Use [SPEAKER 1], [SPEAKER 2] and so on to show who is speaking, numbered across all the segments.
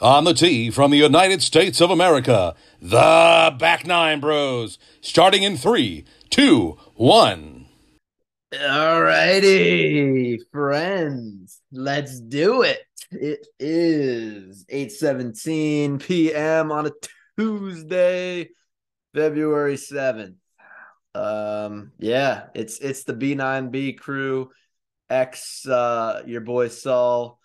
[SPEAKER 1] On the tee from the United States of America, the Back Nine Bros, starting in three, two, one.
[SPEAKER 2] All righty, friends, let's do it. It is 8:17 p.m. on a Tuesday, February 7th. Um, yeah, it's it's the B9B crew, ex uh your boy Saul.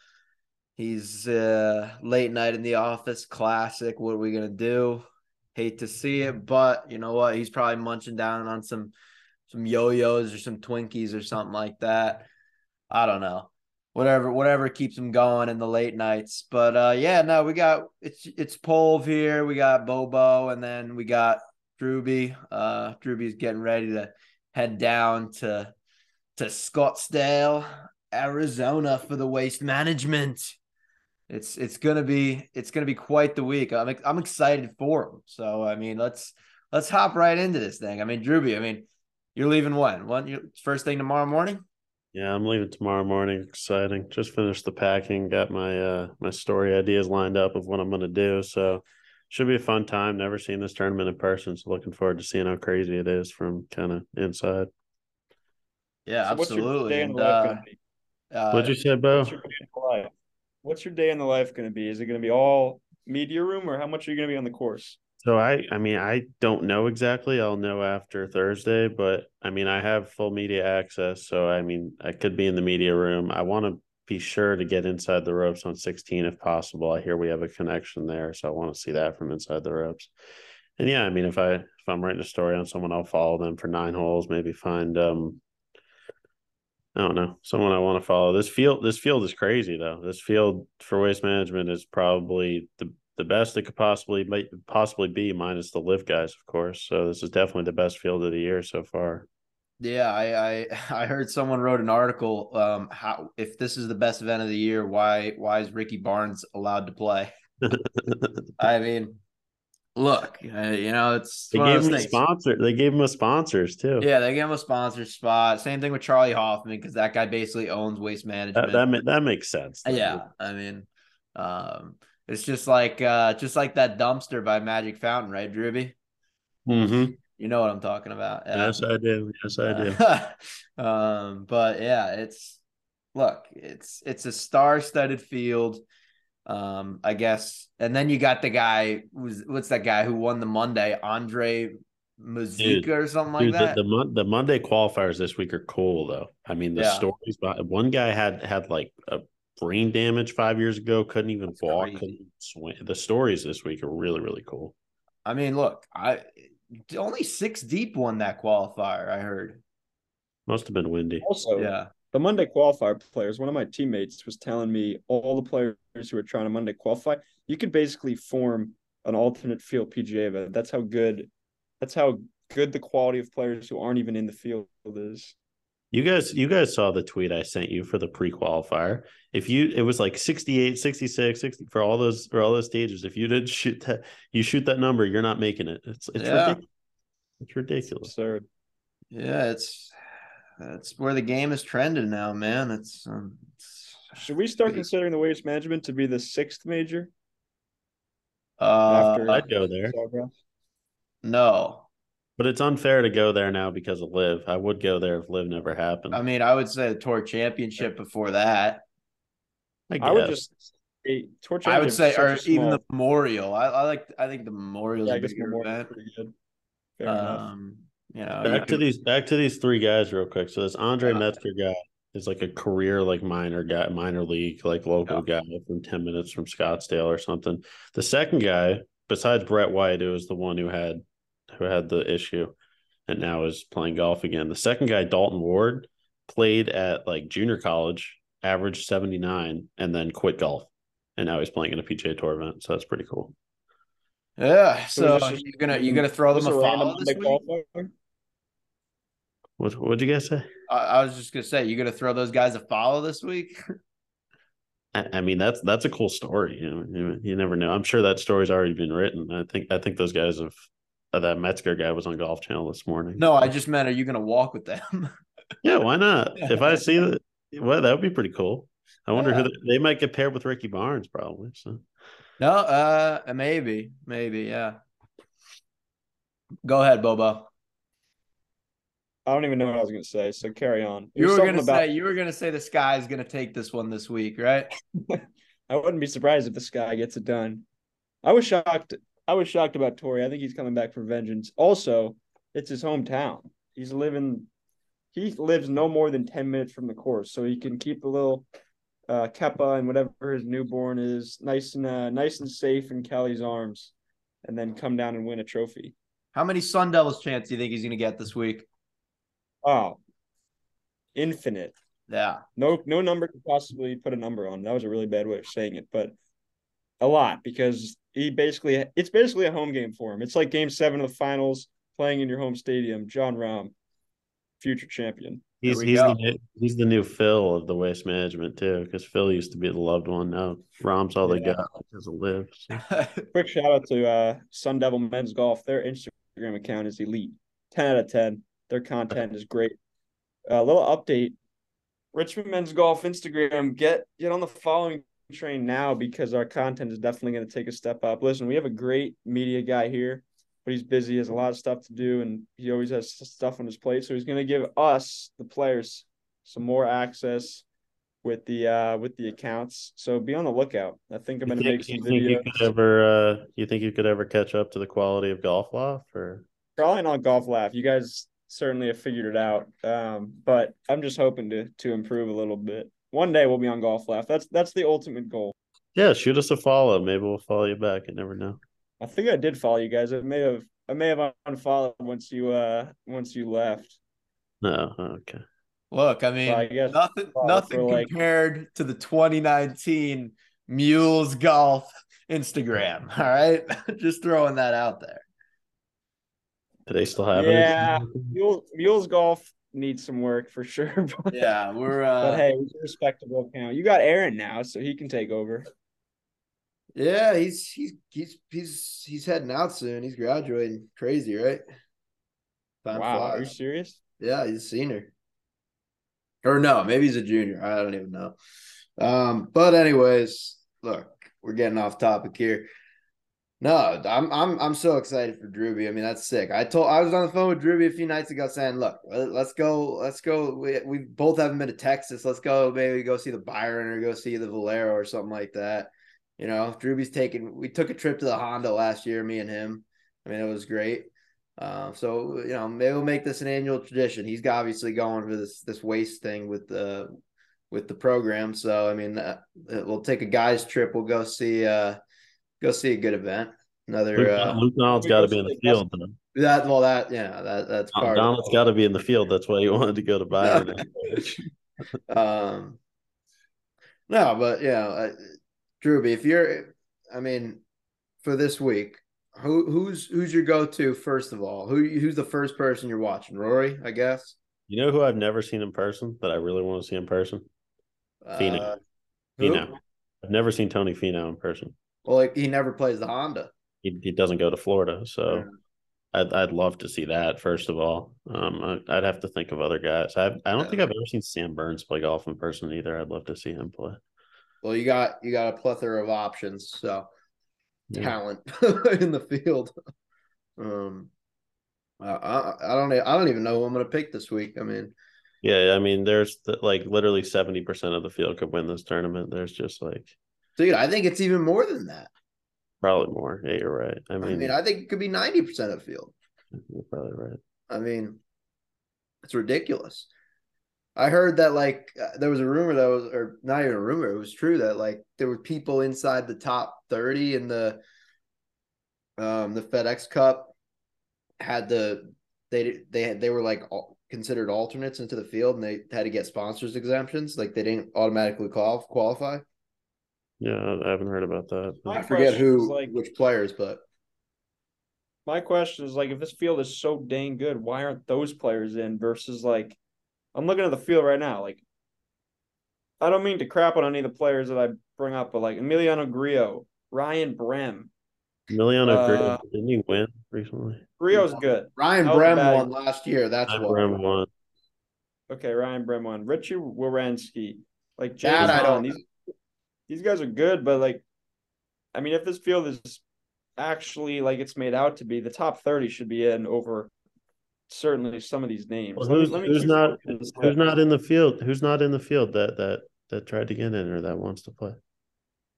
[SPEAKER 2] He's uh late night in the office, classic. What are we gonna do? Hate to see it, but you know what? He's probably munching down on some some yo-yos or some Twinkies or something like that. I don't know. Whatever, whatever keeps him going in the late nights. But uh yeah, no, we got it's it's Pove here, we got Bobo, and then we got Drewby. Uh Drewby's getting ready to head down to to Scottsdale, Arizona for the waste management. It's it's gonna be it's gonna be quite the week. I'm I'm excited for him. So I mean, let's let's hop right into this thing. I mean, Drewby, I mean, you're leaving when? When you first thing tomorrow morning?
[SPEAKER 3] Yeah, I'm leaving tomorrow morning. Exciting. Just finished the packing, got my uh my story ideas lined up of what I'm gonna do. So should be a fun time. Never seen this tournament in person, so looking forward to seeing how crazy it is from kind of inside.
[SPEAKER 2] Yeah,
[SPEAKER 4] So what's your
[SPEAKER 2] absolutely.
[SPEAKER 4] day in
[SPEAKER 2] And,
[SPEAKER 4] the life
[SPEAKER 2] uh,
[SPEAKER 4] gonna be?
[SPEAKER 2] uh,
[SPEAKER 3] What'd you say, Bo?
[SPEAKER 4] What's your day in the life? What's your day in the life going to be? Is it going to be all media room, or how much are you going to be on the course?
[SPEAKER 3] So I I mean I don't know exactly. I'll know after Thursday, but I mean I have full media access, so I mean I could be in the media room. I want to be sure to get inside the ropes on 16 if possible. I hear we have a connection there, so I want to see that from inside the ropes. And yeah, I mean if I if I'm writing a story on someone, I'll follow them for nine holes, maybe find um I don't know, someone I want to follow. This field this field is crazy though. This field for waste management is probably the the best it could possibly might possibly be, minus the live guys, of course. So this is definitely the best field of the year so far.
[SPEAKER 2] yeah, I, I I heard someone wrote an article. Um, how if this is the best event of the year, why why is Ricky Barnes allowed to play? I mean, look, uh, you know, it's
[SPEAKER 3] They
[SPEAKER 2] one of
[SPEAKER 3] gave
[SPEAKER 2] those
[SPEAKER 3] him a
[SPEAKER 2] things.
[SPEAKER 3] sponsor. They gave him a sponsors too.
[SPEAKER 2] Yeah, they gave him a sponsor spot. Same thing with Charlie Hoffman because that guy basically owns waste management.
[SPEAKER 3] that that, ma- that makes sense.
[SPEAKER 2] yeah i mean um it's just like uh just like that dumpster by magic fountain right drewby
[SPEAKER 3] Mm-hmm.
[SPEAKER 2] you know what i'm talking about Yeah.
[SPEAKER 3] Yes, I do. Yes, I do.
[SPEAKER 2] um but yeah it's look it's it's a star-studded field um i guess and then you got the guy who's what's that guy who won the monday andre Mazika or something like
[SPEAKER 3] Dude,
[SPEAKER 2] that
[SPEAKER 3] The, the, Mon- the Monday qualifiers this week are cool though. I mean, the
[SPEAKER 2] Yeah.
[SPEAKER 3] stories. By, one guy had had like a brain damage five years ago, couldn't even
[SPEAKER 2] That's
[SPEAKER 3] walk,
[SPEAKER 2] crazy.
[SPEAKER 3] couldn't even swim. The stories this week are really really cool.
[SPEAKER 2] i mean look i only six deep won that qualifier i heard
[SPEAKER 3] Must have been windy.
[SPEAKER 4] Also,
[SPEAKER 2] yeah
[SPEAKER 4] the Monday qualifier players. One of my teammates was telling me all the players who are trying to Monday qualify, you could basically form an alternate field PGA event. That's how good. That's how good the quality of players who aren't even in the field is.
[SPEAKER 3] You guys, you guys saw the tweet I sent you for the pre-qualifier. If you, it was like 68, 66, 60 for all those for all those stages. If you didn't shoot that, you shoot that number, you're not making it. It's it's
[SPEAKER 2] Yeah.
[SPEAKER 3] ridiculous. It's ridiculous.
[SPEAKER 4] Absurd.
[SPEAKER 2] Yeah, it's that's where the game is trending now, man. It's, um, it's
[SPEAKER 4] Should we start
[SPEAKER 2] Big.
[SPEAKER 4] considering the waste management to be the sixth major?
[SPEAKER 2] uh,
[SPEAKER 4] After-
[SPEAKER 3] I'd go there,
[SPEAKER 4] Sawgrass?
[SPEAKER 2] no.
[SPEAKER 3] but it's unfair to go there now because of live. I would go there if live never happened.
[SPEAKER 2] I mean, I would say the tour championship before that.
[SPEAKER 3] I,
[SPEAKER 4] I would
[SPEAKER 3] guess.
[SPEAKER 4] just say torch.
[SPEAKER 2] I would
[SPEAKER 4] Engine is
[SPEAKER 2] say,
[SPEAKER 4] such a
[SPEAKER 2] or even
[SPEAKER 4] small-
[SPEAKER 2] the memorial. I, I like. I think the memorial is
[SPEAKER 4] Yeah, I
[SPEAKER 2] a
[SPEAKER 4] guess
[SPEAKER 2] bigger
[SPEAKER 4] Memorial's
[SPEAKER 2] event.
[SPEAKER 4] pretty good. Fair enough.
[SPEAKER 2] Um, you know, you
[SPEAKER 3] back to
[SPEAKER 2] could-
[SPEAKER 3] these back to these three guys real quick. So this Andre
[SPEAKER 2] Uh,
[SPEAKER 3] Metzger guy is like a career like minor guy, minor league, like local guy from 10 minutes from Scottsdale or something. The second guy, besides Brett White, who was the one who had who had the issue and now is playing golf again. The second guy, Dalton Ward, played at like junior college, averaged 79, and then quit golf. And now he's playing in a PGA tour event. So that's pretty cool.
[SPEAKER 2] yeah. So
[SPEAKER 4] So just-
[SPEAKER 2] you're gonna you're gonna throw them
[SPEAKER 4] Just
[SPEAKER 2] a
[SPEAKER 4] random
[SPEAKER 2] follow this
[SPEAKER 4] Monday
[SPEAKER 2] week?
[SPEAKER 4] qualifier?
[SPEAKER 3] What what'd you guys say?
[SPEAKER 2] I, I was just gonna say you're gonna throw those guys a follow this week.
[SPEAKER 3] I I mean that's that's a cool story. You know, you, you never know. I'm sure that story's already been written. I think I think those guys have uh, that Metzger guy was on Golf Channel this morning.
[SPEAKER 2] No, I just meant are you gonna walk with them?
[SPEAKER 3] yeah, why not? If I see that, well, that would be pretty cool. I wonder who they, they might get paired with Ricky Barnes probably. So
[SPEAKER 2] No, uh, maybe, maybe, yeah. Go ahead, Bobo.
[SPEAKER 4] I don't even know what I was gonna say. So carry on. It
[SPEAKER 2] You
[SPEAKER 4] was
[SPEAKER 2] were gonna
[SPEAKER 4] something
[SPEAKER 2] say you were gonna say the sky is gonna take this one this week, right?
[SPEAKER 4] I wouldn't be surprised if this guy gets it done. I was shocked. I was shocked about Tori. I think he's coming back for vengeance. Also, it's his hometown. He's living. He lives no more than ten minutes from the course, so he can keep the little uh, Keppa and whatever his newborn is nice and uh, nice and safe in Kelly's arms, and then come down and win a trophy.
[SPEAKER 2] How many Sun Devils chance do you think he's gonna get this week?
[SPEAKER 4] Oh, infinite.
[SPEAKER 2] Yeah.
[SPEAKER 4] No, no number could possibly put a number on. That was a really bad way of saying it, but a lot because he basically it's basically a home game for him. It's like Game Seven of the Finals, playing in your home stadium. John Rahm, future champion.
[SPEAKER 3] he's
[SPEAKER 2] we
[SPEAKER 3] he's
[SPEAKER 2] go.
[SPEAKER 3] the, new- he's the new Phil of the waste management too, because Phil used to be the loved one. Now Rom's all they
[SPEAKER 4] Yeah.
[SPEAKER 3] got because of live. So.
[SPEAKER 4] Quick shout out to uh, Sun Devil Men's Golf. Their Instagram account is elite. Ten out of ten. Their content is great. A little update: Richmond Men's Golf Instagram. Get get on the following train now because our content is definitely going to take a step up. Listen, we have a great media guy here, but he's busy. He has a lot of stuff to do, and he always has stuff on his plate. So he's going to give us the players some more access. With the uh with the accounts, so be on the lookout. I think I'm
[SPEAKER 3] You
[SPEAKER 4] gonna
[SPEAKER 3] think,
[SPEAKER 4] make some
[SPEAKER 3] you think you
[SPEAKER 4] videos.
[SPEAKER 3] could ever? Uh, you think you could ever catch up to the quality of golf law? Or
[SPEAKER 4] probably not golf laugh. You guys certainly have figured it out. Um, but I'm just hoping to to improve a little bit. One day we'll be on golf laugh. That's that's the ultimate goal.
[SPEAKER 3] yeah, shoot us a follow. Maybe we'll follow you back. I never know.
[SPEAKER 4] I think I did follow you guys. I may have I may have unfollowed once you uh once you left.
[SPEAKER 3] No, okay.
[SPEAKER 2] Look, I mean,
[SPEAKER 4] I guess-
[SPEAKER 2] nothing,
[SPEAKER 4] well,
[SPEAKER 2] nothing
[SPEAKER 4] we're like-
[SPEAKER 2] compared to the 2019 Mules Golf Instagram. All right, just throwing that out there.
[SPEAKER 3] Do they still have
[SPEAKER 4] Yeah.
[SPEAKER 3] it?
[SPEAKER 4] Mules Mules Golf needs some work for sure. But,
[SPEAKER 2] Yeah, we're uh,
[SPEAKER 4] but hey, it's a respectable account. You got Aaron now, so he can take over.
[SPEAKER 2] yeah, he's he's he's he's he's heading out soon. He's graduating. Crazy, right? Time
[SPEAKER 4] wow, are you
[SPEAKER 2] flies.
[SPEAKER 4] serious?
[SPEAKER 2] Yeah, he's a senior. Or no, maybe he's a junior. I don't even know. Um, but anyways, look, we're getting off topic here. No, I'm I'm I'm so excited for Drewby. I mean, that's sick. I told I was on the phone with Drewby a few nights ago saying, look, let- let's go, let's go. We, we both haven't been to Texas. Let's go maybe go see the Byron or go see the Valero or something like that. You know, Drewby's taking we took a trip to the Honda last year, me and him. I mean, it was great. Um, so you know, maybe we'll make this an annual tradition. He's obviously going for this this waste thing with the with the program. So I mean, uh, we'll take a guys trip. We'll go see uh go see a good event. Another
[SPEAKER 3] Luke,
[SPEAKER 2] uh,
[SPEAKER 3] Luke Donald's
[SPEAKER 4] we
[SPEAKER 3] got to
[SPEAKER 4] go
[SPEAKER 3] be in
[SPEAKER 4] see
[SPEAKER 3] the
[SPEAKER 4] the
[SPEAKER 3] field. Though.
[SPEAKER 2] that well that yeah that that's
[SPEAKER 3] Don-
[SPEAKER 2] part of
[SPEAKER 3] Donald's
[SPEAKER 2] it.
[SPEAKER 3] got to be in the field. That's why he wanted to go to Byron.
[SPEAKER 2] Um, no, but yeah, uh, Drewby, if you're, I mean, for this week, who who's who's your go to first of all? Who who's the first person you're watching? Rory, I guess.
[SPEAKER 3] you know who I've never seen in person that I really want to see in person? Fino.
[SPEAKER 2] Uh, who?
[SPEAKER 3] Fino. I've never seen Tony Fino in person.
[SPEAKER 2] Well, like, he never plays the Honda.
[SPEAKER 3] He, he doesn't go to Florida, so I'd I'd love to see that first of all. Um, I, I'd have to think of other guys. I I don't think I've ever seen Sam Burns play golf in person either. I'd love to see him play.
[SPEAKER 2] Well, you got you got a plethora of options, so
[SPEAKER 3] Yeah.
[SPEAKER 2] talent in the field. Um, I, I I don't e- I don't even know who I'm gonna pick this week. I mean,
[SPEAKER 3] Yeah, I mean, there's the, like literally seventy percent of the field could win this tournament. There's just like
[SPEAKER 2] dude, I think it's even more than that.
[SPEAKER 3] probably more. Yeah, you're right. I mean,
[SPEAKER 2] I mean, I think it could be ninety percent of the field.
[SPEAKER 3] you're probably right.
[SPEAKER 2] I mean, it's ridiculous. I heard that like uh, there was a rumor that was, or not even a rumor, it was true that like there were people inside the top thirty in the um the FedEx Cup had the they they had they were like al- considered alternates into the field and they had to get sponsors exemptions like they didn't automatically qual- qualify.
[SPEAKER 3] Yeah, I- I haven't heard about that. but-
[SPEAKER 4] My
[SPEAKER 2] I forget
[SPEAKER 4] question
[SPEAKER 2] who
[SPEAKER 4] is, like-
[SPEAKER 2] which players, but
[SPEAKER 4] my question is like if this field is so dang good, why aren't those players in versus like I'm looking at the field right now, like I don't mean to crap on any of the players that I bring up, but like Emiliano Grillo, Ryan Brem.
[SPEAKER 3] Emiliano
[SPEAKER 4] Uh,
[SPEAKER 3] Grillo, didn't he win recently?
[SPEAKER 4] Grillo's good.
[SPEAKER 2] Ryan
[SPEAKER 4] That was
[SPEAKER 2] Brem
[SPEAKER 4] bad.
[SPEAKER 2] won last year. That's
[SPEAKER 3] I
[SPEAKER 2] what.
[SPEAKER 3] won.
[SPEAKER 4] Okay, Ryan Brem won. Richie Wierenski, Like
[SPEAKER 2] That
[SPEAKER 4] James
[SPEAKER 2] I don't-
[SPEAKER 4] Harden, these these guys are good, but like, I mean, if this field is actually like it's made out to be, the top thirty should be in over certainly some of these names.
[SPEAKER 3] Well,
[SPEAKER 4] Let me-
[SPEAKER 3] who's,
[SPEAKER 4] let me
[SPEAKER 3] who's
[SPEAKER 4] choose-
[SPEAKER 3] not who's not in the field? Who's not in the field that that that tried to get in or that wants to play?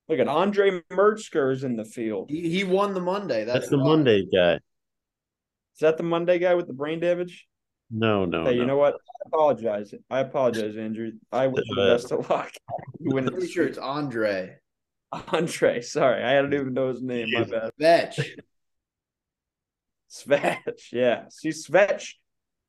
[SPEAKER 4] Look at Andre Mertzker is in the field.
[SPEAKER 2] He, he won the Monday. That's,
[SPEAKER 3] That's the
[SPEAKER 2] why.
[SPEAKER 3] Monday guy.
[SPEAKER 4] Is that the Monday guy with the brain damage?
[SPEAKER 3] No, no,
[SPEAKER 4] hey,
[SPEAKER 3] no.
[SPEAKER 4] you know what? I apologize. I apologize, Andrew. I wish you the
[SPEAKER 3] Uh,
[SPEAKER 4] best of luck. You
[SPEAKER 2] I'm
[SPEAKER 4] win
[SPEAKER 2] pretty
[SPEAKER 4] this
[SPEAKER 2] sure
[SPEAKER 4] year.
[SPEAKER 2] it's Andre.
[SPEAKER 4] Andre. Sorry, I don't even know his name. My bad.
[SPEAKER 2] Vetch.
[SPEAKER 4] Svetch, yeah. See, Svetch,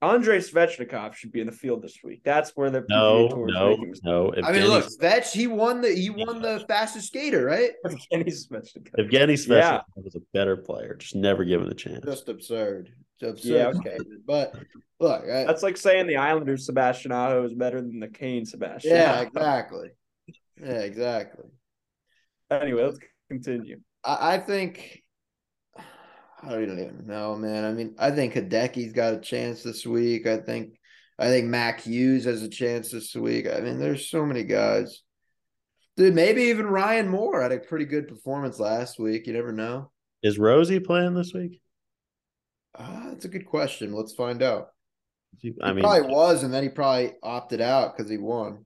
[SPEAKER 4] Andre Svechnikov should be in the field this week. That's where the PGA
[SPEAKER 3] no,
[SPEAKER 4] Tour is
[SPEAKER 3] no,
[SPEAKER 4] making mistakes.
[SPEAKER 3] no. If
[SPEAKER 2] I mean,
[SPEAKER 3] Evgeny-
[SPEAKER 2] look, Vetch. He won the he won the fastest skater, right?
[SPEAKER 4] Evgeny Svechnikov.
[SPEAKER 3] Evgeny Svechnikov
[SPEAKER 4] Yeah.
[SPEAKER 3] was a better player, just never given a chance.
[SPEAKER 2] Just absurd. Just absurd.
[SPEAKER 4] Yeah,
[SPEAKER 2] Cameron. But look, I,
[SPEAKER 4] That's like saying the Islanders Sebastian Aho is better than the Kane Sebastian.
[SPEAKER 2] yeah,
[SPEAKER 4] Aho.
[SPEAKER 2] exactly. Yeah, exactly.
[SPEAKER 4] Anyway, let's continue.
[SPEAKER 2] I, I think I don't even know, man. I mean, I think Hideki's got a chance this week. I think I think Mac Hughes has a chance this week. I mean, there's so many guys. Dude, maybe even Ryan Moore had a pretty good performance last week. You never know.
[SPEAKER 3] Is Rosie playing this week?
[SPEAKER 2] Ah, that's a good question. Let's find out.
[SPEAKER 3] He- I
[SPEAKER 2] He
[SPEAKER 3] mean,
[SPEAKER 2] probably was, and then he probably opted out because he won.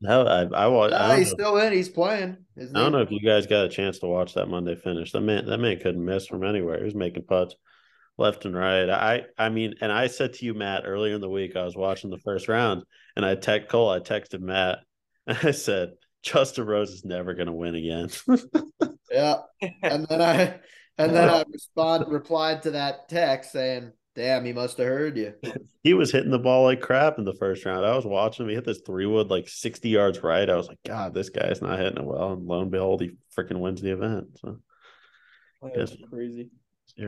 [SPEAKER 3] no, I, I, wa- I, don't
[SPEAKER 2] Ah, he's
[SPEAKER 3] know.
[SPEAKER 2] still in. He's playing. Isn't
[SPEAKER 3] I don't
[SPEAKER 2] he?
[SPEAKER 3] know if you guys got a chance to watch that Monday finish. That man, that man couldn't miss from anywhere. He was making putts left and right. I, I mean, and I said to you, Matt, earlier in the week, I was watching the first round, and I text Cole. I texted Matt, and I said, Justin Rose is never going to win again.
[SPEAKER 2] Yeah. And then I and then I respond replied to that text saying, "Damn, he must have heard you."
[SPEAKER 3] he was hitting the ball like crap in the first round. I was watching him. He hit this three wood like 60 yards right. I was like, God, this guy's not hitting it well. And lo and behold, he freaking wins the event. So,
[SPEAKER 4] That's crazy.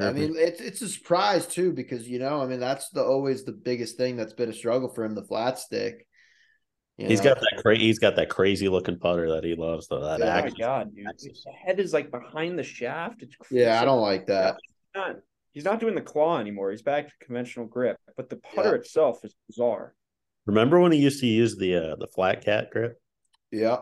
[SPEAKER 2] I mean, it's it's a surprise too because you know, I mean, that's the always the biggest thing that's been a struggle for him, the flat stick. You
[SPEAKER 3] he's
[SPEAKER 2] know?
[SPEAKER 3] got that crazy. He's got that crazy looking putter that he loves though. That
[SPEAKER 2] Yeah,
[SPEAKER 4] Oh my
[SPEAKER 3] axis.
[SPEAKER 4] god, dude.
[SPEAKER 3] Axis.
[SPEAKER 4] The head is like behind the shaft. It's crazy.
[SPEAKER 2] yeah, I don't like that.
[SPEAKER 4] He's not, he's not doing the claw anymore. He's back to conventional grip. But the putter
[SPEAKER 2] Yeah.
[SPEAKER 4] itself is bizarre.
[SPEAKER 3] Remember when he used to use the uh, the flat cat grip?
[SPEAKER 2] Yeah.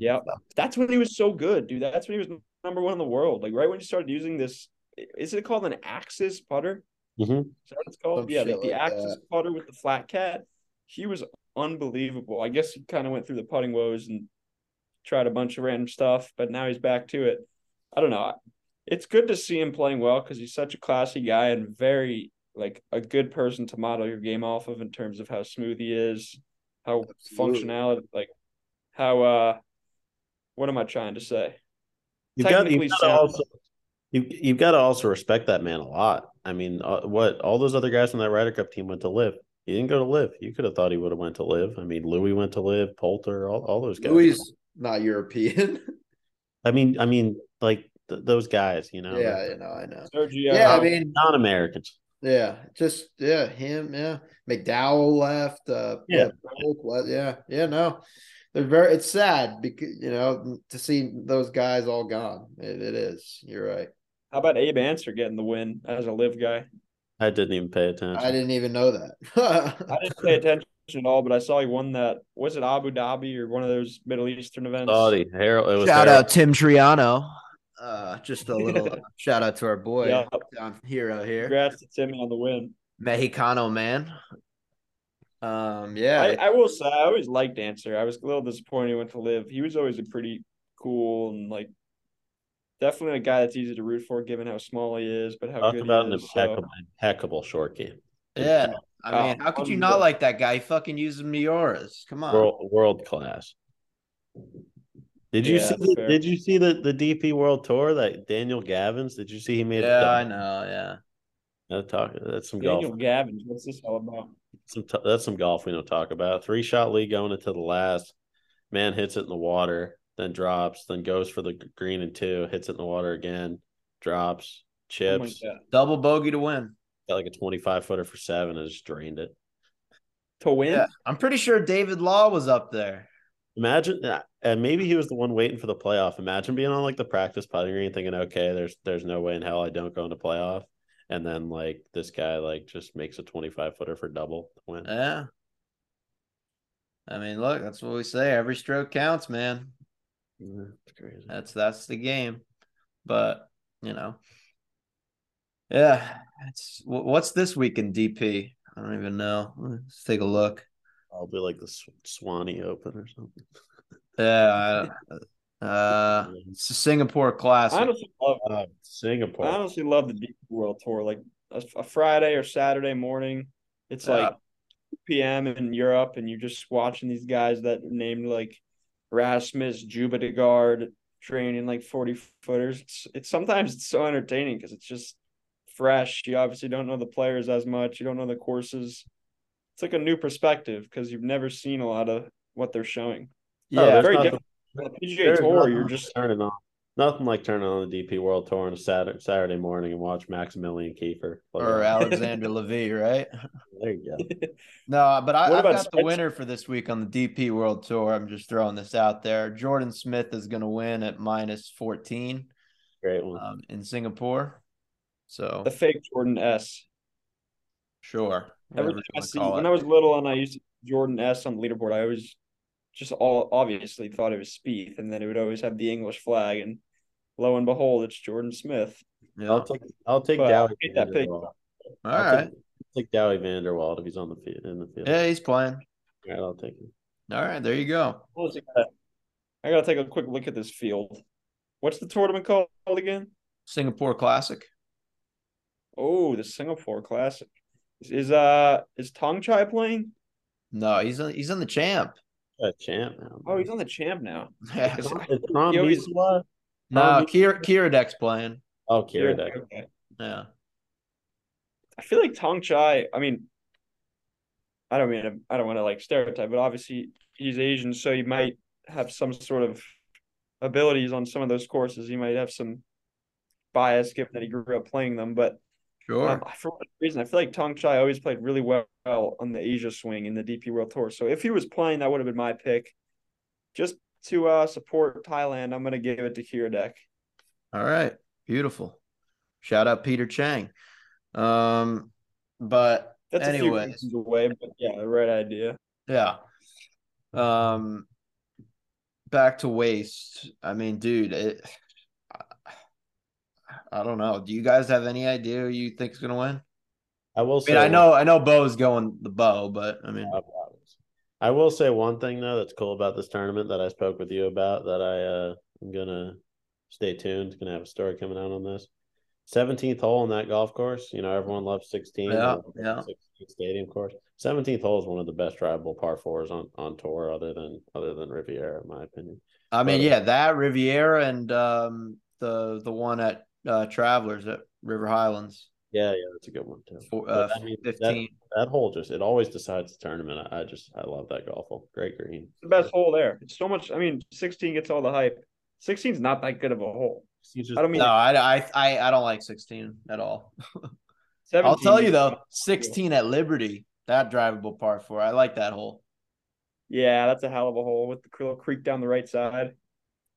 [SPEAKER 4] Yeah, that's when he was so good, dude. That's when he was number one in the world. Like right when you started using this, is it called an axis putter?
[SPEAKER 2] Mm-hmm.
[SPEAKER 3] Mhm.
[SPEAKER 4] Is that what it's called?
[SPEAKER 2] Some
[SPEAKER 4] yeah,
[SPEAKER 2] shit
[SPEAKER 4] like the
[SPEAKER 2] like
[SPEAKER 4] axis putter with the flat cat. He was unbelievable. I guess he kind of went through the putting woes and tried a bunch of random stuff, but now he's back to it. I don't know. It's good to see him playing well because he's such a classy guy and very like a good person to model your game off of in terms of how smooth he is, how
[SPEAKER 2] Absolutely.
[SPEAKER 4] functionality, like how uh what am I trying to say?
[SPEAKER 3] You've got,
[SPEAKER 4] Technically
[SPEAKER 3] you've, got to
[SPEAKER 4] sound.
[SPEAKER 3] also, you you've got to also respect that man a lot. I mean, uh, what all those other guys from that Ryder Cup team went to live. He didn't go to live. You could have thought he would have went to live. I mean, Louis went to live. Poulter, all, all those guys.
[SPEAKER 2] Louis not European.
[SPEAKER 3] I mean, I mean, like th- those guys, you know,
[SPEAKER 2] yeah,
[SPEAKER 3] they're
[SPEAKER 2] you know, I know.
[SPEAKER 4] Sergio
[SPEAKER 2] Yeah, I
[SPEAKER 4] Ramos.
[SPEAKER 2] mean,
[SPEAKER 3] non-Americans.
[SPEAKER 2] yeah, just yeah, him, yeah. McDowell left, uh
[SPEAKER 3] Yeah.
[SPEAKER 2] Polk left, yeah, yeah, no. They're very it's sad because you know, to see those guys all gone. It, it is. You're right.
[SPEAKER 4] how about Abe Answer getting the win as a live guy?
[SPEAKER 3] I didn't even pay attention.
[SPEAKER 2] I didn't even know that.
[SPEAKER 4] I didn't pay attention at all, but I saw he won that. Was it Abu Dhabi or one of those Middle Eastern events?
[SPEAKER 3] Saudi Harold. It was
[SPEAKER 2] shout
[SPEAKER 3] Harold.
[SPEAKER 2] out Tim Triano. Uh, just a little uh, shout out to our boy
[SPEAKER 4] Yeah.
[SPEAKER 2] John Hero here,
[SPEAKER 4] Congrats to Timmy on the win.
[SPEAKER 2] Mexicano man. Um, yeah,
[SPEAKER 4] I, I will say I always liked Dancer. I was a little disappointed he went to live. He was always a pretty cool and like definitely a guy that's easy to root for, given how small he is, but how
[SPEAKER 3] Talk
[SPEAKER 4] good
[SPEAKER 3] about
[SPEAKER 4] he
[SPEAKER 3] an
[SPEAKER 4] is. So,
[SPEAKER 3] impeccable, impeccable short game.
[SPEAKER 2] yeah. I mean,
[SPEAKER 4] Oh,
[SPEAKER 2] how could you not
[SPEAKER 4] unbelievable.
[SPEAKER 2] like that guy? He fucking uses Mioras. Come on.
[SPEAKER 3] world, world class. Did you
[SPEAKER 4] Yeah,
[SPEAKER 3] see?
[SPEAKER 4] that's
[SPEAKER 3] The,
[SPEAKER 4] fair.
[SPEAKER 3] did you see the, the DP World Tour that Daniel Gavins? Did you see he made?
[SPEAKER 2] yeah, I know. Yeah.
[SPEAKER 3] know. Talk, that's some
[SPEAKER 4] Daniel
[SPEAKER 3] golf.
[SPEAKER 4] Gavin, what's this all about?
[SPEAKER 3] Some t- that's some golf we don't talk about. Three shot lead going into the last. Man hits it in the water, then drops, then goes for the g- green and two. Hits it in the water again, drops,
[SPEAKER 4] Oh my
[SPEAKER 3] chips.
[SPEAKER 4] God.
[SPEAKER 2] Double bogey to win.
[SPEAKER 3] got like a twenty five footer for seven and just drained it.
[SPEAKER 4] To win?
[SPEAKER 2] Yeah. I'm pretty sure David Law was up there.
[SPEAKER 3] Imagine, uh, and maybe he was the one waiting for the playoff. Imagine being on like the practice putting green, thinking, "Okay, there's there's no way in hell I don't go into playoff," and then like
[SPEAKER 2] Uh,
[SPEAKER 3] this guy like just makes a 25 footer for double to win.
[SPEAKER 2] Yeah. I mean, look, that's what we say. Every stroke counts, man.
[SPEAKER 3] Yeah, it's crazy.
[SPEAKER 2] That's that's the game. But you know, yeah. It's wh- what's this week in DP? I don't even know. Let's take a look.
[SPEAKER 3] I'll do like the Sw- Swanee Open or something.
[SPEAKER 2] Yeah. I- uh, it's a Singapore
[SPEAKER 4] I
[SPEAKER 2] Classic.
[SPEAKER 4] honestly love.
[SPEAKER 3] Uh,
[SPEAKER 4] I
[SPEAKER 3] Singapore.
[SPEAKER 4] honestly love the Deep World Tour. Like a, a Friday or Saturday morning, it's like 2 p.m. in Europe, and you're just watching these guys that are named like Rasmus Jubedegard training like 40 footers. It's, it's sometimes it's so entertaining because it's just fresh. You obviously don't know the players as much. You don't know the courses. It's like a new perspective because you've never seen a lot of what they're showing.
[SPEAKER 3] No,
[SPEAKER 2] yeah.
[SPEAKER 3] there's
[SPEAKER 4] very
[SPEAKER 3] nothing-
[SPEAKER 4] different. The PGA
[SPEAKER 3] there's
[SPEAKER 4] Tour,
[SPEAKER 3] nothing
[SPEAKER 4] you're
[SPEAKER 3] like
[SPEAKER 4] just
[SPEAKER 3] turning on. Nothing like turning on the DP World Tour on a Saturday, Saturday morning and watch Maximilian Kiefer. play
[SPEAKER 2] Or
[SPEAKER 3] golf.
[SPEAKER 2] Alexander Levy, right?
[SPEAKER 3] There you go.
[SPEAKER 2] No, but I, I've
[SPEAKER 4] What about
[SPEAKER 2] got the
[SPEAKER 4] Spencer?
[SPEAKER 2] winner for this week on the DP World Tour. I'm just throwing this out there. Jordan Smith is going to win at minus 14
[SPEAKER 3] Great one.
[SPEAKER 2] um, in Singapore. So
[SPEAKER 4] the fake Jordan S.
[SPEAKER 2] sure, whatever
[SPEAKER 4] Every time
[SPEAKER 2] you
[SPEAKER 4] I
[SPEAKER 2] wanna
[SPEAKER 4] see,
[SPEAKER 2] call
[SPEAKER 4] when
[SPEAKER 2] it.
[SPEAKER 4] I was little and I used to see Jordan S on the leaderboard, I always just all obviously thought it was Spieth, and then it would always have the English flag, and lo and behold, it's Jordan Smith.
[SPEAKER 2] Yeah.
[SPEAKER 3] I'll take I'll take
[SPEAKER 4] But
[SPEAKER 3] Dowie.
[SPEAKER 4] I hate that pick.
[SPEAKER 3] Vanderwaal.
[SPEAKER 2] All
[SPEAKER 3] I'll
[SPEAKER 2] right,
[SPEAKER 3] take- I'll take Dowie Vanderwald if he's on the field in the field.
[SPEAKER 2] yeah, he's playing.
[SPEAKER 3] All right, I'll take him.
[SPEAKER 2] All right, there you go.
[SPEAKER 4] What was it? I gotta take a quick look at this field. What's the tournament called again?
[SPEAKER 2] Singapore Classic.
[SPEAKER 4] Oh, the Singapore Classic. Is, is uh is Tong Chai playing?
[SPEAKER 2] No, he's in, he's in the champ.
[SPEAKER 3] A champ now.
[SPEAKER 4] Oh, he's on the champ now.
[SPEAKER 2] no,
[SPEAKER 4] Is-
[SPEAKER 3] Is Tom
[SPEAKER 4] Yo, he's-
[SPEAKER 3] Beasley?
[SPEAKER 2] Kira Kiradek's playing.
[SPEAKER 3] Oh, Kieran.
[SPEAKER 4] Okay.
[SPEAKER 2] Yeah,
[SPEAKER 4] I feel like Tong Chai. I mean, I don't mean to- I don't want to like stereotype, but obviously he's Asian, so he might have some sort of abilities on some of those courses. He might have some bias given that he grew up playing them. But
[SPEAKER 2] sure.
[SPEAKER 4] um, for what reason, I feel like Tong Chai always played really well on the Asia swing in the DP World Tour. So if he was playing, that would have been my pick. Just to uh, support Thailand, I'm going to give it to Kiradek.
[SPEAKER 2] All right. Beautiful. Shout out Peter Chang. Um, but
[SPEAKER 4] That's a few
[SPEAKER 2] anyways,
[SPEAKER 4] reasons away, but yeah, the right idea.
[SPEAKER 2] yeah. Um, back to waste. I mean, dude, it, I, I don't know. Do you guys have any idea who you think is gonna win?
[SPEAKER 3] I will
[SPEAKER 2] I
[SPEAKER 3] say
[SPEAKER 2] mean, I know, I know, Bo's going the bow, but I mean,
[SPEAKER 3] I promise. I will say one thing though that's cool about this tournament that I spoke with you about that I uh I'm gonna stay tuned, gonna have a story coming out on this. Seventeenth hole on that golf course, you know, everyone loves sixteen.
[SPEAKER 2] Yeah,
[SPEAKER 3] uh,
[SPEAKER 2] yeah.
[SPEAKER 3] 16 stadium course. Seventeenth hole is one of the best drivable par fours on on tour, other than other than Riviera, in my opinion.
[SPEAKER 2] I mean,
[SPEAKER 3] but-
[SPEAKER 2] yeah, that Riviera and um the the one at uh Travelers at River Highlands
[SPEAKER 3] Yeah, yeah, that's a good one too.
[SPEAKER 2] for uh,
[SPEAKER 3] But, I mean, that,
[SPEAKER 2] fifteen.
[SPEAKER 3] that hole just it always decides the tournament. I, I just I love that golf hole. Great green.
[SPEAKER 4] the best hole there. It's so much. I mean, 16 gets all the hype. 16's not that good of a hole.
[SPEAKER 3] It's just-
[SPEAKER 4] I don't mean-
[SPEAKER 2] No, I, I I I don't like sixteen at all.
[SPEAKER 4] 17,
[SPEAKER 2] I'll tell you though, 16 at Liberty, that drivable par four. I like that hole.
[SPEAKER 4] Yeah, that's a hell of a hole with the little creek down the right side.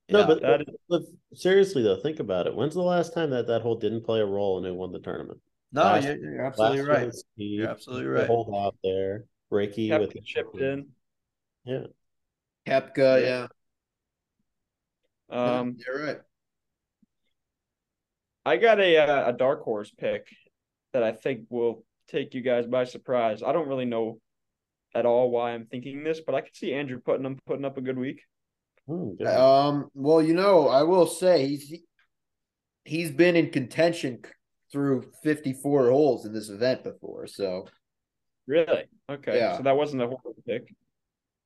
[SPEAKER 3] No,
[SPEAKER 2] Yeah.
[SPEAKER 3] but
[SPEAKER 4] That
[SPEAKER 3] but seriously though, think about it. When's the last time that that hole didn't play a role and it won the tournament?
[SPEAKER 2] no,
[SPEAKER 3] last-
[SPEAKER 2] you're, you're absolutely
[SPEAKER 3] Last year
[SPEAKER 2] right.
[SPEAKER 3] was Steve,
[SPEAKER 2] You're absolutely
[SPEAKER 3] the
[SPEAKER 2] right.
[SPEAKER 3] Hold out there, Ricky
[SPEAKER 4] Kept
[SPEAKER 3] with
[SPEAKER 4] it chipped in.
[SPEAKER 3] Yeah,
[SPEAKER 2] Kepka,
[SPEAKER 4] yeah. Um,
[SPEAKER 2] you're right.
[SPEAKER 4] I got a uh, a dark horse pick that I think will take you guys by surprise. I don't really know at all why I'm thinking this, but I could see Andrew Putnam putting up a good week.
[SPEAKER 3] Hmm, good.
[SPEAKER 2] Um, well, you know, I will say he's he's been in contention c- through 54 holes in this event before, so
[SPEAKER 4] Really? Okay.
[SPEAKER 2] Yeah.
[SPEAKER 4] So that wasn't a horrible pick.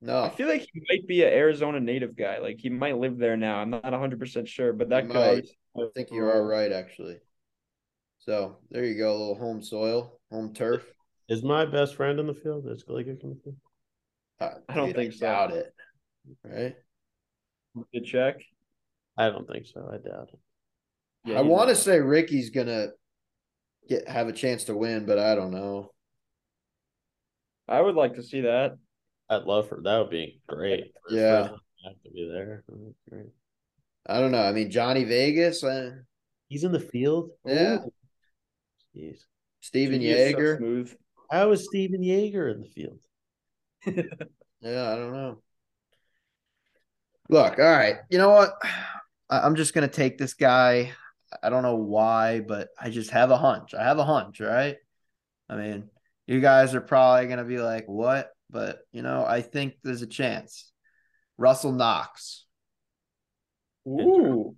[SPEAKER 4] I
[SPEAKER 2] no,
[SPEAKER 4] feel like he might be an Arizona native guy. Like he might live there now. I'm not 100% sure, but that
[SPEAKER 2] He
[SPEAKER 4] could
[SPEAKER 2] might.
[SPEAKER 4] obviously-
[SPEAKER 2] I think you are right actually. So there you go, a little home soil, home turf.
[SPEAKER 3] Is my best friend in the field? Is Gallagher coming through?
[SPEAKER 4] I don't think so.
[SPEAKER 2] Doubt it, right?
[SPEAKER 4] Good check.
[SPEAKER 3] I don't think so. I doubt it.
[SPEAKER 4] Yeah,
[SPEAKER 2] I
[SPEAKER 4] he
[SPEAKER 2] want to
[SPEAKER 4] might.
[SPEAKER 2] say Ricky's gonna get have a chance to win, but I don't know.
[SPEAKER 4] I would like to see that.
[SPEAKER 3] I'd love for that would be great. First
[SPEAKER 2] Yeah.
[SPEAKER 3] person to have to be there. Oh, great.
[SPEAKER 2] I don't know. I mean, Johnny Vegas, uh,
[SPEAKER 3] He's in the field.
[SPEAKER 2] Yeah.
[SPEAKER 3] Ooh. Jeez.
[SPEAKER 2] Steven
[SPEAKER 4] He is so
[SPEAKER 2] Yeager.
[SPEAKER 4] smooth.
[SPEAKER 3] How is Steven Yeager in the field?
[SPEAKER 2] Yeah, I don't know. Look, all right. You know what? I- I'm just gonna take this guy. I don't know why, but I just have a hunch. I have a hunch, right? I mean, you guys are probably gonna be like, "What?" But you know, I think there's a chance. Russell Knox.
[SPEAKER 4] Ooh.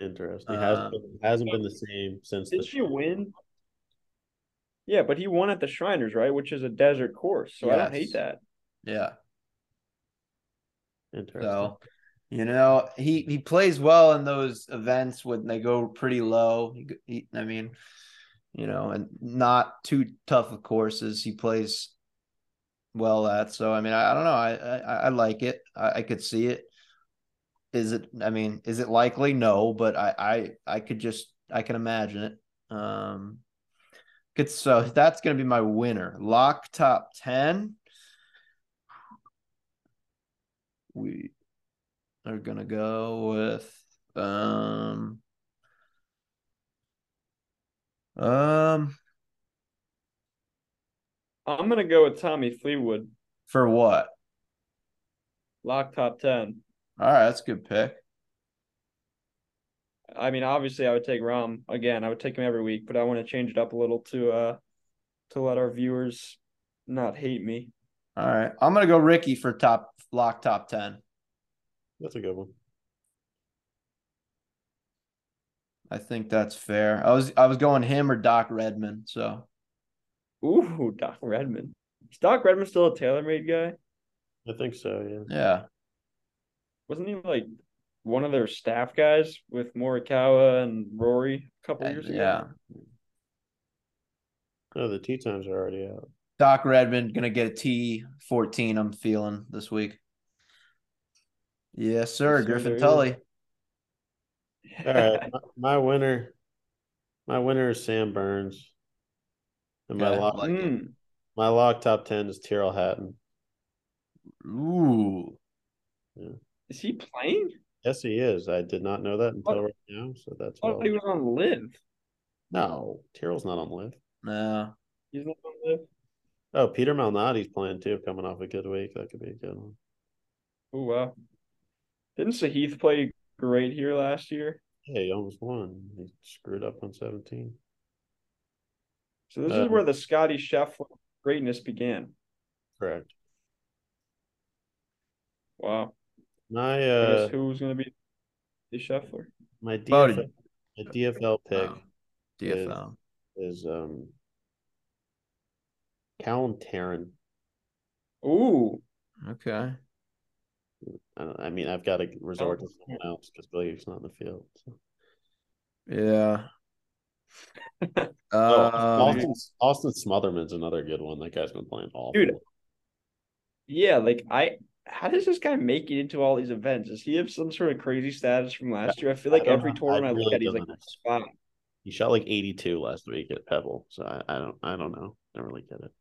[SPEAKER 3] Interesting. It hasn't,
[SPEAKER 2] Um,
[SPEAKER 3] been, hasn't been the same since the
[SPEAKER 4] Did you win? Yeah, but he won at the Shriners, right? Which is a desert course. So I don't
[SPEAKER 2] Yes.
[SPEAKER 4] hate that.
[SPEAKER 2] Yeah.
[SPEAKER 3] Interesting.
[SPEAKER 2] So, you know, he he plays well in those events when they go pretty low. He, he, I mean, you know, and not too tough of courses. He plays well at. So, I mean, I, I don't know. I, I I like it. I, I could see it. Is it? I mean, is it likely? No, but I I I could just I can imagine it. Um, good. So that's gonna be my winner. Lock top ten. we are gonna go with um um
[SPEAKER 4] I'm gonna go with Tommy Fleetwood,
[SPEAKER 2] for what?
[SPEAKER 4] lock top ten.
[SPEAKER 2] All right, that's a good pick.
[SPEAKER 4] I mean, obviously, I would take Rom again. I would take him every week, but I want to change it up a little to uh to let our viewers not hate me.
[SPEAKER 2] All right, I'm gonna go Ricky for top lock top ten.
[SPEAKER 3] That's a good one.
[SPEAKER 2] I think that's fair. I was I was going him or Doc Redman. So
[SPEAKER 4] Ooh, Doc Redman. Is Doc Redman still a TaylorMade guy?
[SPEAKER 3] I think so. Yeah.
[SPEAKER 2] yeah,
[SPEAKER 4] Wasn't he like one of their staff guys with Morikawa and Rory a couple
[SPEAKER 2] and-
[SPEAKER 4] years ago?
[SPEAKER 2] Uh, yeah.
[SPEAKER 3] No, the tea times are already out.
[SPEAKER 2] Doc Redman gonna get a T fourteen. I'm feeling this week. Yes, sir.
[SPEAKER 4] Yes, sir, there
[SPEAKER 2] Griffin
[SPEAKER 4] you go.
[SPEAKER 2] Tully.
[SPEAKER 3] All right, my, my winner, my winner is Sam Burns, and my
[SPEAKER 2] Okay, I
[SPEAKER 3] lock,
[SPEAKER 2] like it.
[SPEAKER 4] Hmm.
[SPEAKER 3] my lock top ten is Tyrrell Hatton.
[SPEAKER 2] Ooh.
[SPEAKER 4] Is he playing?
[SPEAKER 3] Yes, he is. I did not know that until right now, so that's
[SPEAKER 4] I
[SPEAKER 3] well.
[SPEAKER 4] thought Oh, he was on live.
[SPEAKER 3] No, Tyrrell's not on live.
[SPEAKER 2] No.
[SPEAKER 4] He's not on live.
[SPEAKER 3] Oh, Peter Malnati's playing too, coming off a good week. That could be a good one.
[SPEAKER 4] Oh wow. Didn't Sahith play great here last year?
[SPEAKER 3] Yeah, he almost won. He screwed up on seventeen.
[SPEAKER 4] So this
[SPEAKER 3] Uh,
[SPEAKER 4] is where the Scotty Scheffler greatness began.
[SPEAKER 3] Correct.
[SPEAKER 4] Wow.
[SPEAKER 3] My
[SPEAKER 4] I
[SPEAKER 3] uh,
[SPEAKER 4] guess who's gonna be the Scheffler?
[SPEAKER 3] my
[SPEAKER 2] Voted.
[SPEAKER 3] DFL, my DFL pick
[SPEAKER 2] Oh, DFL.
[SPEAKER 3] is um, Callum Tarrant.
[SPEAKER 4] Ooh.
[SPEAKER 2] Okay.
[SPEAKER 3] I, don't- I mean, I've got to resort to
[SPEAKER 4] Oh.
[SPEAKER 3] someone else because Billy's not in the field. so.
[SPEAKER 2] Yeah.
[SPEAKER 3] Oh,
[SPEAKER 2] um,
[SPEAKER 3] Austin, Austin Smotherman's another good one. That guy's been playing all.
[SPEAKER 4] Dude. Yeah, like I how does this guy make it into all these events? Does he have some sort of crazy status from last year? I feel
[SPEAKER 3] I
[SPEAKER 4] like
[SPEAKER 3] don't
[SPEAKER 4] every
[SPEAKER 3] know. I
[SPEAKER 4] tournament I look
[SPEAKER 3] really
[SPEAKER 4] at he's
[SPEAKER 3] don't
[SPEAKER 4] like
[SPEAKER 3] know.
[SPEAKER 4] spot.
[SPEAKER 3] He shot like 82 last week at Pebble, so I, I don't, I don't know. I don't really get it.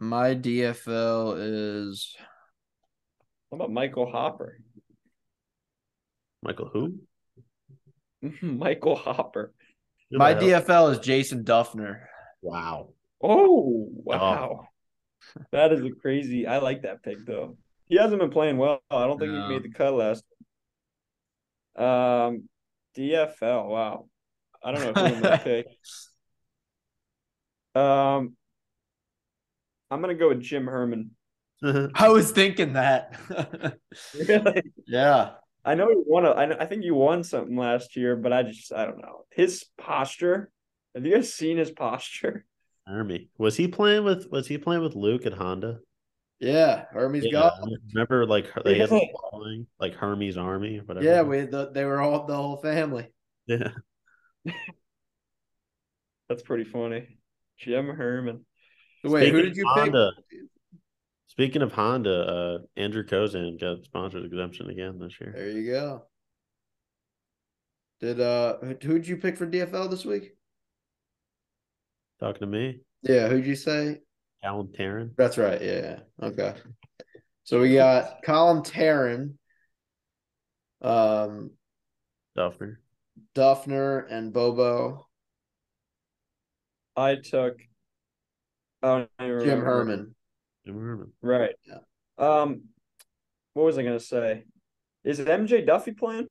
[SPEAKER 2] my DFL is
[SPEAKER 4] What about Michael Hopper?
[SPEAKER 3] Michael, who?
[SPEAKER 4] Michael Hopper.
[SPEAKER 3] Who
[SPEAKER 2] my
[SPEAKER 3] the hell-
[SPEAKER 2] DFL is Jason Duffner.
[SPEAKER 3] Wow.
[SPEAKER 4] Oh wow. That is a crazy I like that pick though. He hasn't been playing well. I don't think
[SPEAKER 2] No.
[SPEAKER 4] he made the cut last. Um DFL, wow. I don't know who I'm gonna pick. Um I'm gonna go with Jim Herman.
[SPEAKER 2] I was thinking that.
[SPEAKER 4] Really?
[SPEAKER 2] yeah.
[SPEAKER 4] I know he won. A, I, know, I think you won something last year, but I just I don't know his posture. Have you guys seen his posture?
[SPEAKER 3] Army. Was he playing with? Was he playing with Luke at Honda?
[SPEAKER 2] Yeah. Hermes
[SPEAKER 3] Yeah,
[SPEAKER 2] gone.
[SPEAKER 3] I Remember, like her- they had
[SPEAKER 4] Yeah.
[SPEAKER 3] the following, like Hermes Army, or whatever.
[SPEAKER 2] Yeah, we the, they were all the whole family.
[SPEAKER 3] yeah.
[SPEAKER 4] That's pretty funny. Jim Herman.
[SPEAKER 2] Wait,
[SPEAKER 3] Speaking
[SPEAKER 2] who
[SPEAKER 3] of
[SPEAKER 2] did you
[SPEAKER 3] Honda, Speaking of Honda, uh, Andrew Kozan got sponsored exemption again this
[SPEAKER 2] pick?
[SPEAKER 3] year.
[SPEAKER 2] There you go. Did uh who who'd you pick for DFL this week?
[SPEAKER 3] Talking to me,
[SPEAKER 2] Yeah, who'd you say?
[SPEAKER 3] Alan Tarrant.
[SPEAKER 2] That's right. Yeah. Okay. So we got Colin Taryn, um,
[SPEAKER 3] Duffner.
[SPEAKER 2] Duffner, and Bobo,
[SPEAKER 4] I took. I don't even
[SPEAKER 2] Jim
[SPEAKER 4] remember.
[SPEAKER 2] Herman.
[SPEAKER 3] Jim Herman.
[SPEAKER 4] Right.
[SPEAKER 2] Yeah.
[SPEAKER 4] Um, what was I gonna say? Is it MJ Duffy playing?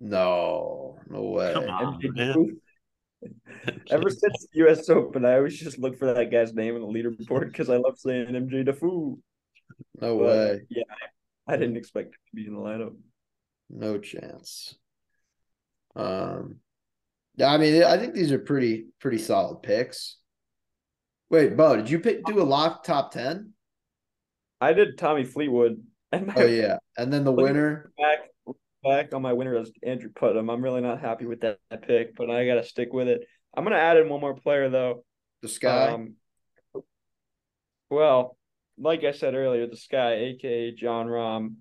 [SPEAKER 2] No, no way.
[SPEAKER 3] Come on,
[SPEAKER 4] MJ
[SPEAKER 3] man.
[SPEAKER 4] Duffy? Ever since the U.S. Open, I always just look for that guy's name on the leaderboard because I love saying MJ Duffy.
[SPEAKER 2] No
[SPEAKER 4] But,
[SPEAKER 2] way.
[SPEAKER 4] yeah, I, I didn't expect him to be in the lineup.
[SPEAKER 2] No chance. Um, yeah, I mean, I think these are pretty pretty solid picks. Wait, Bo, did you pick do a lock top ten?
[SPEAKER 4] I did Tommy Fleetwood, and my
[SPEAKER 2] Oh yeah, and then the winner.
[SPEAKER 4] back back on my winner is Andrew Putnam. I'm really not happy with that pick, but I got to stick with it. I'm gonna add in one more player though.
[SPEAKER 2] The sky.
[SPEAKER 4] Um, well, like I said earlier, this guy, aka John Rom,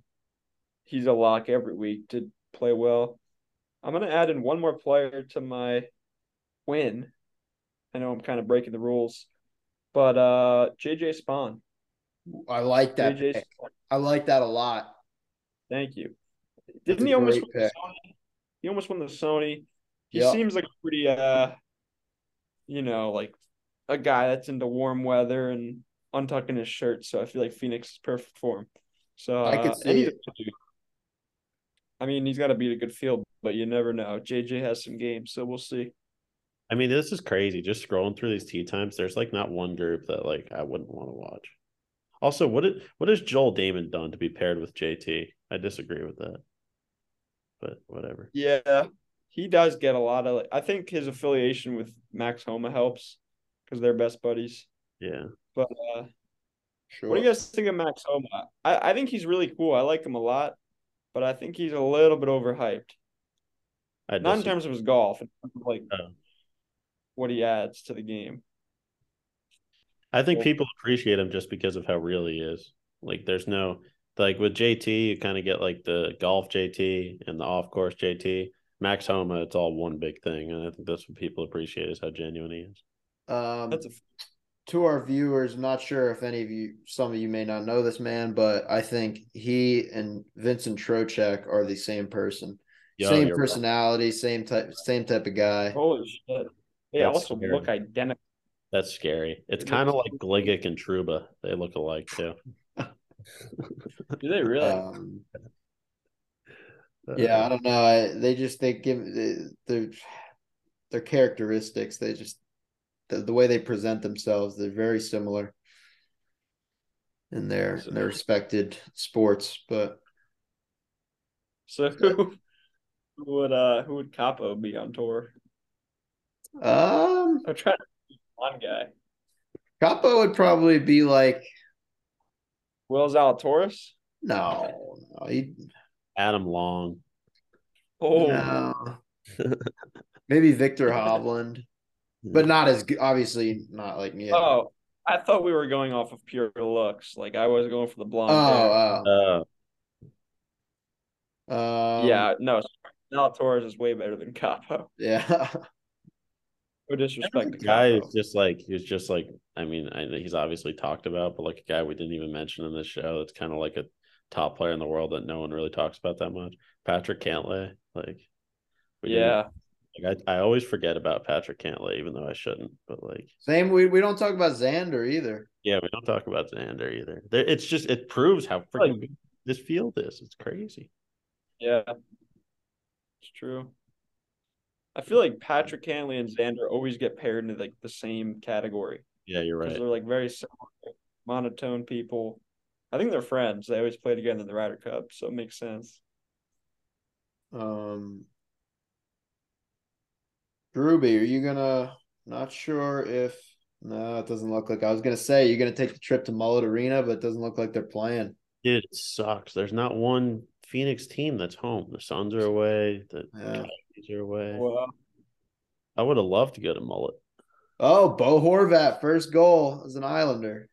[SPEAKER 4] he's a lock every week. Did play well. I'm gonna add in one more player to my win. I know I'm kind of breaking the rules, but uh, JJ Spawn.
[SPEAKER 2] I like that.
[SPEAKER 4] JJ
[SPEAKER 2] pick.
[SPEAKER 4] Spawn,
[SPEAKER 2] I like that a lot.
[SPEAKER 4] thank you.
[SPEAKER 2] That's
[SPEAKER 4] Didn't
[SPEAKER 2] a
[SPEAKER 4] he almost
[SPEAKER 2] great
[SPEAKER 4] win the Sony? He almost won the Sony. He
[SPEAKER 2] Yep.
[SPEAKER 4] seems like a pretty uh you know, like a guy that's into warm weather and untucking his shirt, so I feel like Phoenix is perfect for him. So
[SPEAKER 2] I could
[SPEAKER 4] uh,
[SPEAKER 2] see
[SPEAKER 4] and he's-
[SPEAKER 2] it.
[SPEAKER 4] I mean, he's got to beat a good field, but you never know. JJ has some games, so we'll see.
[SPEAKER 3] I mean, this is crazy. Just scrolling through these tea times, there's like not one group that like I wouldn't want to watch. Also, what did what has Joel Damon done to be paired with JT? I disagree with that, but whatever.
[SPEAKER 4] Yeah, he does get a lot of. I think his affiliation with Max Homa helps because they're best buddies.
[SPEAKER 3] Yeah,
[SPEAKER 4] But uh,
[SPEAKER 2] Sure.
[SPEAKER 4] What do you guys think of Max Homa? I, I think he's really cool. I like him a lot, but I think he's a little bit overhyped.
[SPEAKER 3] I
[SPEAKER 4] Not in
[SPEAKER 3] disagree.
[SPEAKER 4] terms of his golf, in terms of like
[SPEAKER 3] Oh.
[SPEAKER 4] what he adds to the game.
[SPEAKER 3] I think
[SPEAKER 4] Well-
[SPEAKER 3] people appreciate him just because of how real he is. Like, there's no like with JT, you kind of get like the golf JT and the off course JT. Max Homa, it's all one big thing, and I think that's what people appreciate is how genuine he is.
[SPEAKER 2] um,
[SPEAKER 4] That's a
[SPEAKER 2] to our viewers, not sure if any of you, some of you may not know this man, but I think he and Vincent Trocek are the same person.
[SPEAKER 3] Yo,
[SPEAKER 2] same
[SPEAKER 3] you're right. Oh,
[SPEAKER 2] personality, same type, same type of guy.
[SPEAKER 4] holy shit. They
[SPEAKER 3] That's
[SPEAKER 4] also
[SPEAKER 3] scary.
[SPEAKER 4] look identical.
[SPEAKER 3] That's scary. It's
[SPEAKER 4] It
[SPEAKER 3] kind of
[SPEAKER 4] looks-
[SPEAKER 3] like Gligic and Truba. They look alike too.
[SPEAKER 4] Do they really?
[SPEAKER 2] Um, yeah, I don't know. I, they just they give they, their their characteristics. They just the, the way they present themselves. They're very similar in their in their respected sports. But
[SPEAKER 4] So who who would uh who would Capo be on tour?
[SPEAKER 2] um,
[SPEAKER 4] I'm trying to think of one guy.
[SPEAKER 2] Capo would probably be like
[SPEAKER 4] Will Zalatoris?
[SPEAKER 2] no, no, he
[SPEAKER 3] Adam Long.
[SPEAKER 4] Oh
[SPEAKER 2] no. Maybe Victor Hovland,
[SPEAKER 3] Hmm.
[SPEAKER 2] but not as good. Obviously, not like me. Oh,
[SPEAKER 4] oh. I thought we were going off of pure looks. Like I was going for the blonde. hair.
[SPEAKER 2] oh,
[SPEAKER 3] Uh,
[SPEAKER 2] um,
[SPEAKER 4] yeah, no, Nal Torres is way better than Capo.
[SPEAKER 2] yeah.
[SPEAKER 4] No disrespect to
[SPEAKER 3] the guy
[SPEAKER 4] Capo.
[SPEAKER 3] is just like he's just like I mean I know he's obviously talked about, but like a guy we didn't even mention in this show. That's kind of like a top player in the world that no one really talks about that much. Patrick Cantlay, like we didn't-
[SPEAKER 4] Yeah,
[SPEAKER 3] like, I I always forget about Patrick Cantlay, even though I shouldn't. But like
[SPEAKER 2] Same. We we don't talk about Xander either.
[SPEAKER 3] yeah, we don't talk about Xander either. There, it's just it proves how freaking good this field is. It's crazy.
[SPEAKER 4] yeah, it's true. I feel like Patrick Cantley and Xander always get paired into like the same category
[SPEAKER 3] Yeah, you're
[SPEAKER 4] because
[SPEAKER 3] right.
[SPEAKER 4] they're like very similar, monotone people. I think they're friends. They always play together in the Ryder Cup, so it makes sense.
[SPEAKER 2] Um, Ruby, are you gonna? Not sure if. No, it doesn't look like. I was gonna say you're gonna take the trip to Mullet Arena, but it doesn't look like they're playing.
[SPEAKER 3] Dude, it sucks. There's not one Phoenix team that's home. The Suns are away. The
[SPEAKER 2] Yeah.
[SPEAKER 3] Cavs are away.
[SPEAKER 4] Well, um,
[SPEAKER 3] I would have loved to go to Mullet.
[SPEAKER 2] Oh, Bo Horvat first goal as an Islander.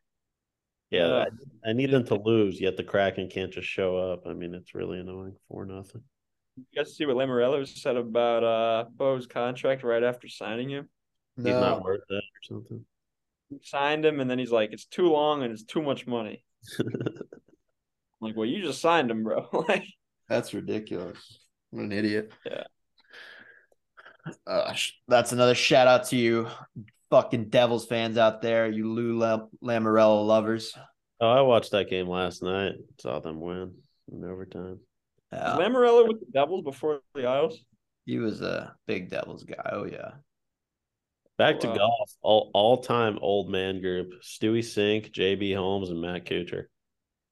[SPEAKER 3] Yeah,
[SPEAKER 4] uh,
[SPEAKER 3] I, I need them to lose. Yet the Kraken can't just show up. I mean, it's really annoying. Four nothing.
[SPEAKER 4] you guys see what Lamorello said about uh Bo's contract right after signing him?
[SPEAKER 3] He's not
[SPEAKER 2] No,
[SPEAKER 3] worth that or something.
[SPEAKER 4] He signed him, and then he's like, "It's too long and it's too much money." I'm like, well, you just signed him, bro. like,
[SPEAKER 2] that's ridiculous. What an idiot.
[SPEAKER 4] Yeah.
[SPEAKER 2] Uh, sh- that's another shout out to you, fucking Devils fans out there, you Lou Lam- Lamorello lovers.
[SPEAKER 3] Oh, I watched that game last night. Saw them win in overtime.
[SPEAKER 4] Was
[SPEAKER 2] Yeah,
[SPEAKER 4] Lamorello with the Devils before the Isles.
[SPEAKER 2] Uh, he was a big Devils guy. Oh yeah,
[SPEAKER 3] Back to
[SPEAKER 4] Wow.
[SPEAKER 3] golf. All all time old man group: Stewie Sink, JB Holmes, and Matt Kuchar.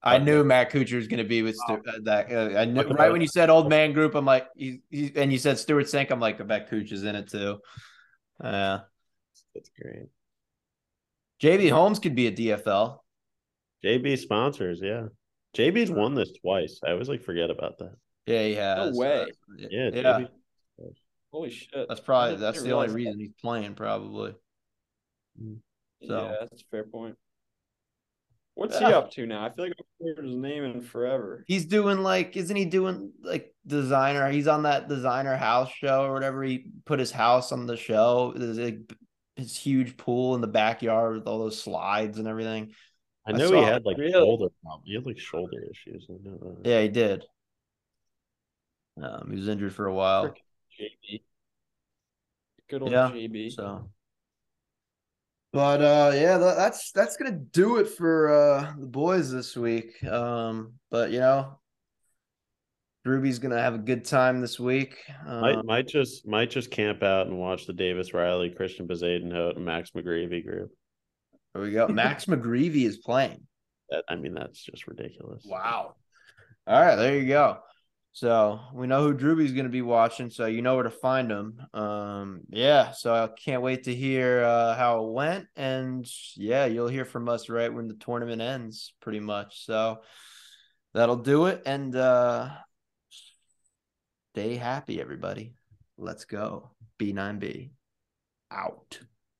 [SPEAKER 2] I knew Matt Kuchar was going to be with Stu- uh, that. Uh, I knew
[SPEAKER 3] Talk
[SPEAKER 2] right
[SPEAKER 3] about-
[SPEAKER 2] when you said old man group. I'm like, he, he, and you said Stuart Sink. I'm like, I bet Kuchar's in it too. Uh, Yeah,
[SPEAKER 3] That's great.
[SPEAKER 2] JV Holmes could be a DFL.
[SPEAKER 3] JB sponsors, yeah. JB's won this twice. I always like forget about that.
[SPEAKER 2] Yeah, he has.
[SPEAKER 4] way.
[SPEAKER 2] Uh,
[SPEAKER 3] Yeah,
[SPEAKER 2] yeah.
[SPEAKER 3] JB
[SPEAKER 4] Holy shit!
[SPEAKER 2] That's
[SPEAKER 4] I
[SPEAKER 2] probably
[SPEAKER 4] didn't
[SPEAKER 2] that's the only
[SPEAKER 4] realize
[SPEAKER 2] reason he's playing, probably.
[SPEAKER 4] that.
[SPEAKER 2] so.
[SPEAKER 4] Yeah, that's a fair point. What's he
[SPEAKER 2] Yeah.
[SPEAKER 4] up to now? I feel like I've heard his name in forever.
[SPEAKER 2] He's doing like, isn't he doing like designer? He's on that designer house show or whatever. He put his house on the show. There's like his huge pool in the backyard with all those slides and everything.
[SPEAKER 3] I
[SPEAKER 2] I
[SPEAKER 3] know
[SPEAKER 2] saw
[SPEAKER 3] he
[SPEAKER 2] it.
[SPEAKER 3] had like
[SPEAKER 4] Really?
[SPEAKER 3] shoulder problems. He had like shoulder issues. I know that.
[SPEAKER 2] Yeah, he did. Um, he was injured for a while.
[SPEAKER 4] JB. Good old
[SPEAKER 2] Yeah,
[SPEAKER 4] JB.
[SPEAKER 2] So, but uh, yeah, tha- that's that's gonna do it for uh the boys this week. Um, but you know, Ruby's gonna have a good time this week.
[SPEAKER 3] Might
[SPEAKER 2] Um,
[SPEAKER 3] might just might just camp out and watch the Davis Riley, Christian Bezadenhout, and Max McGreevy group.
[SPEAKER 2] there we go. Max McGreevy is playing.
[SPEAKER 3] That I mean, that's just ridiculous.
[SPEAKER 2] Wow. All right, there you go. So we know who Drewby's going to be watching, so you know where to find him. Um, yeah, so I can't wait to hear uh, how it went, and yeah, you'll hear from us right when the tournament ends, pretty much. So that'll do it, and uh, stay happy, everybody. Let's go. B9B out.